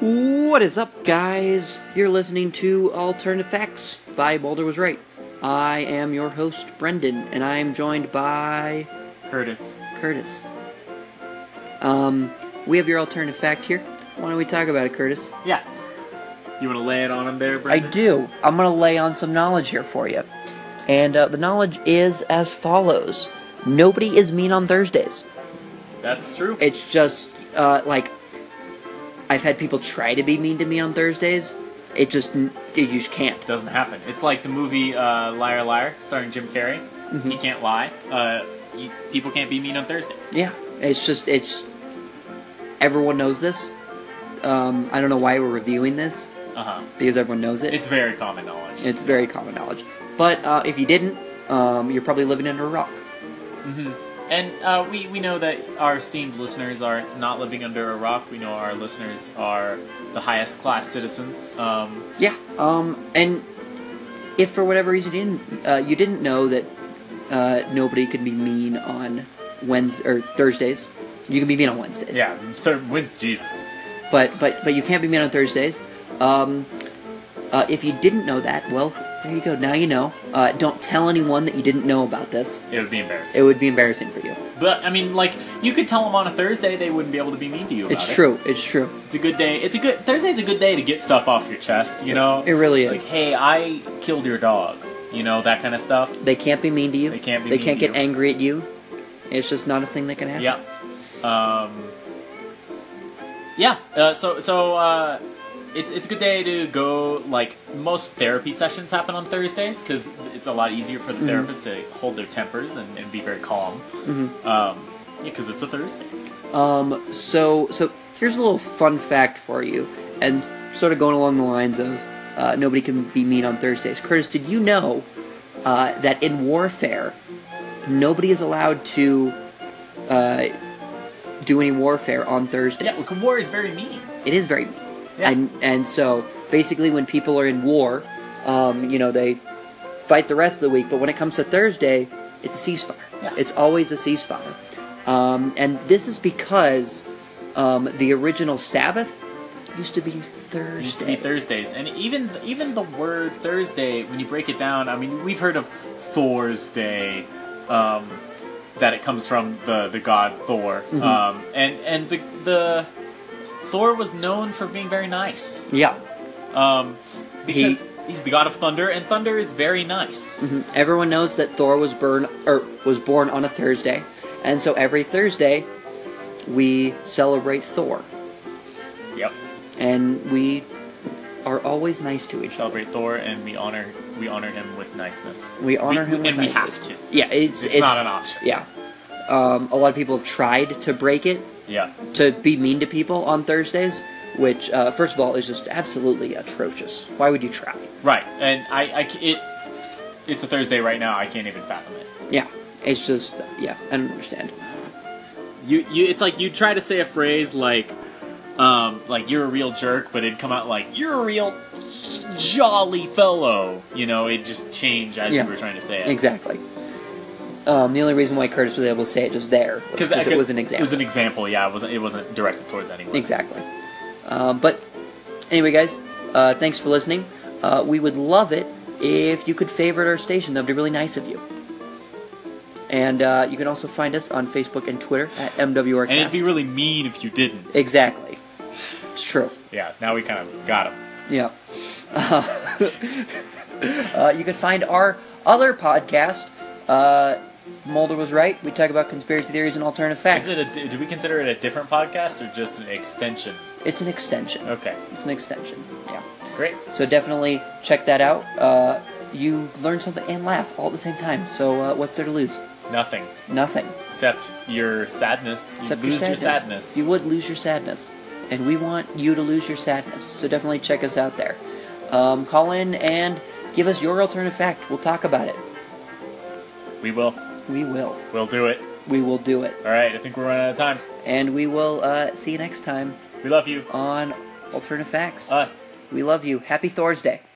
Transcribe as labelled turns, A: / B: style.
A: What is up, guys? You're listening to Alternate Facts by Boulder Was Right. I am your host, Brendan, and I am joined by
B: Curtis.
A: Curtis. Um, we have your alternative fact here. Why don't we talk about it, Curtis?
B: Yeah. You want to lay it on him
A: I
B: there, Brendan?
A: do. I'm going to lay on some knowledge here for you. And uh, the knowledge is as follows Nobody is mean on Thursdays.
B: That's true.
A: It's just uh, like I've had people try to be mean to me on Thursdays. It just n- you just can't.
B: doesn't happen. It's like the movie uh, Liar Liar, starring Jim Carrey.
A: Mm-hmm.
B: He can't lie. Uh, you, people can't be mean on Thursdays.
A: Yeah, it's just it's everyone knows this. Um, I don't know why we're reviewing this
B: Uh huh.
A: because everyone knows it.
B: It's very common knowledge.
A: It's very common knowledge. But uh, if you didn't, um, you're probably living under a rock.
B: And uh, we, we know that our esteemed listeners are not living under a rock. We know our listeners are the highest class citizens. Um,
A: Yeah. Um, and if for whatever reason you didn't, uh, you didn't know that uh, nobody could be mean on Wednesday or Thursdays, you can be mean on Wednesdays.
B: yeah, third wins Jesus.
A: But but but you can't be mean on Thursdays. Um, uh, if you didn't know that, well, there you go. Now you know. Uh, don't tell anyone that you didn't know about this.
B: It would be embarrassing.
A: It would be embarrassing for you.
B: But I mean, like you could tell them on a Thursday, they wouldn't be able to be mean to you. About
A: It's
B: it.
A: true. It's true.
B: It's a good day. It's a good Thursday's a good day to get stuff off your chest. You know,
A: It really is.
B: Like, hey, I killed your dog. You know that kind of stuff.
A: They can't be mean to you.
B: They can't be
A: They
B: mean
A: can't
B: to
A: get
B: you.
A: angry at you. It's just not a thing that can happen.
B: Yeah. Um, yeah. Uh, so so uh, it's it's a good day to go. Like most therapy sessions happen on Thursdays because it's a lot easier
A: Mm-hmm.
B: for the therapist to hold their tempers and, and be very calm.
A: Mm-hmm.
B: Um, yeah, because it's a Thursday.
A: Um, so, so here's a little fun fact for you, and sort of going along the lines of uh, nobody can be mean on Thursdays. Curtis, did you know uh, that in warfare, nobody is allowed to uh, do any warfare on Thursdays?
B: Yeah, well, war is very mean.
A: It is very mean.
B: Yeah.
A: And and so basically, when people are in war, um, you know they fight the rest of the week. But when it comes to Thursday, it's a ceasefire.
B: Yeah.
A: It's always a ceasefire. Um, and this is because um, the original Sabbath used to be Thursday.
B: used to be Thursdays, and even even the word Thursday, when you break it down, I mean, we've heard of Thursday, um, that it comes from the the god Thor,
A: Mm-hmm.
B: um, and and the the Thor was known for being very nice,
A: yeah.
B: um,
A: He- Mm-hmm.
B: because he's the god of thunder, and thunder is very nice.
A: Everyone knows that Thor was born or was born on a Thursday, and so every Thursday we celebrate Thor,
B: Yep,
A: and we are always nice to each other.
B: celebrate Thor, and we honor we honor him with niceness.
A: We honor him,
B: and
A: with
B: we have
A: niceness.
B: to.
A: Yeah, it's,
B: It's not an option.
A: Yeah, um, a lot of people have tried to break it
B: Yeah,
A: to be mean to people on Thursdays, which uh, first of all is just absolutely atrocious. Why would you try?
B: right, and I, I c- it it's a Thursday right now. I can't even fathom it.
A: Yeah, it's just yeah, I don't understand.
B: You, you, it's like you try to say a phrase like, um, like you're a real jerk, but it'd come out like you're a real jolly fellow. You know, it just change as
A: Yeah.
B: you were trying to say it.
A: Exactly. Um, the only reason why Curtis was able to say it just there was because it was an
B: It
A: example.
B: was an example. Yeah, it wasn't. It wasn't directed towards anyone.
A: Exactly. Um, but anyway, guys, uh, thanks for listening. Uh, we would love it if you could favorite our station. That would be really nice of you. And uh, you can also find us on Facebook and Twitter at MWRcast.
B: And it'd be really mean if you didn't.
A: exactly. It's true.
B: Yeah. Now we kind of got him.
A: Yeah. Uh, you can find our other podcast. Uh, Mulder was right. We talk about conspiracy theories and alternative facts.
B: Is it? A, do we consider it a different podcast or just an extension?
A: It's an extension.
B: Okay.
A: It's an extension. Yeah.
B: Great.
A: So definitely check that out. Uh, you learn something and laugh all at the same time. So uh, what's there to lose?
B: Nothing
A: Nothing.
B: except your sadness. You
A: Except
B: lose
A: your, sadness.
B: your sadness.
A: You would lose your sadness, and we want you to lose your sadness. So definitely check us out there. Um, call in and give us your alternative fact. We'll talk about it.
B: We will.
A: We will.
B: We'll do it.
A: We will do it,
B: All right. I think we're running out of time.
A: and we will uh, see you next time
B: We love you.
A: on alternative facts.
B: Us.
A: we love you. Happy Thursday.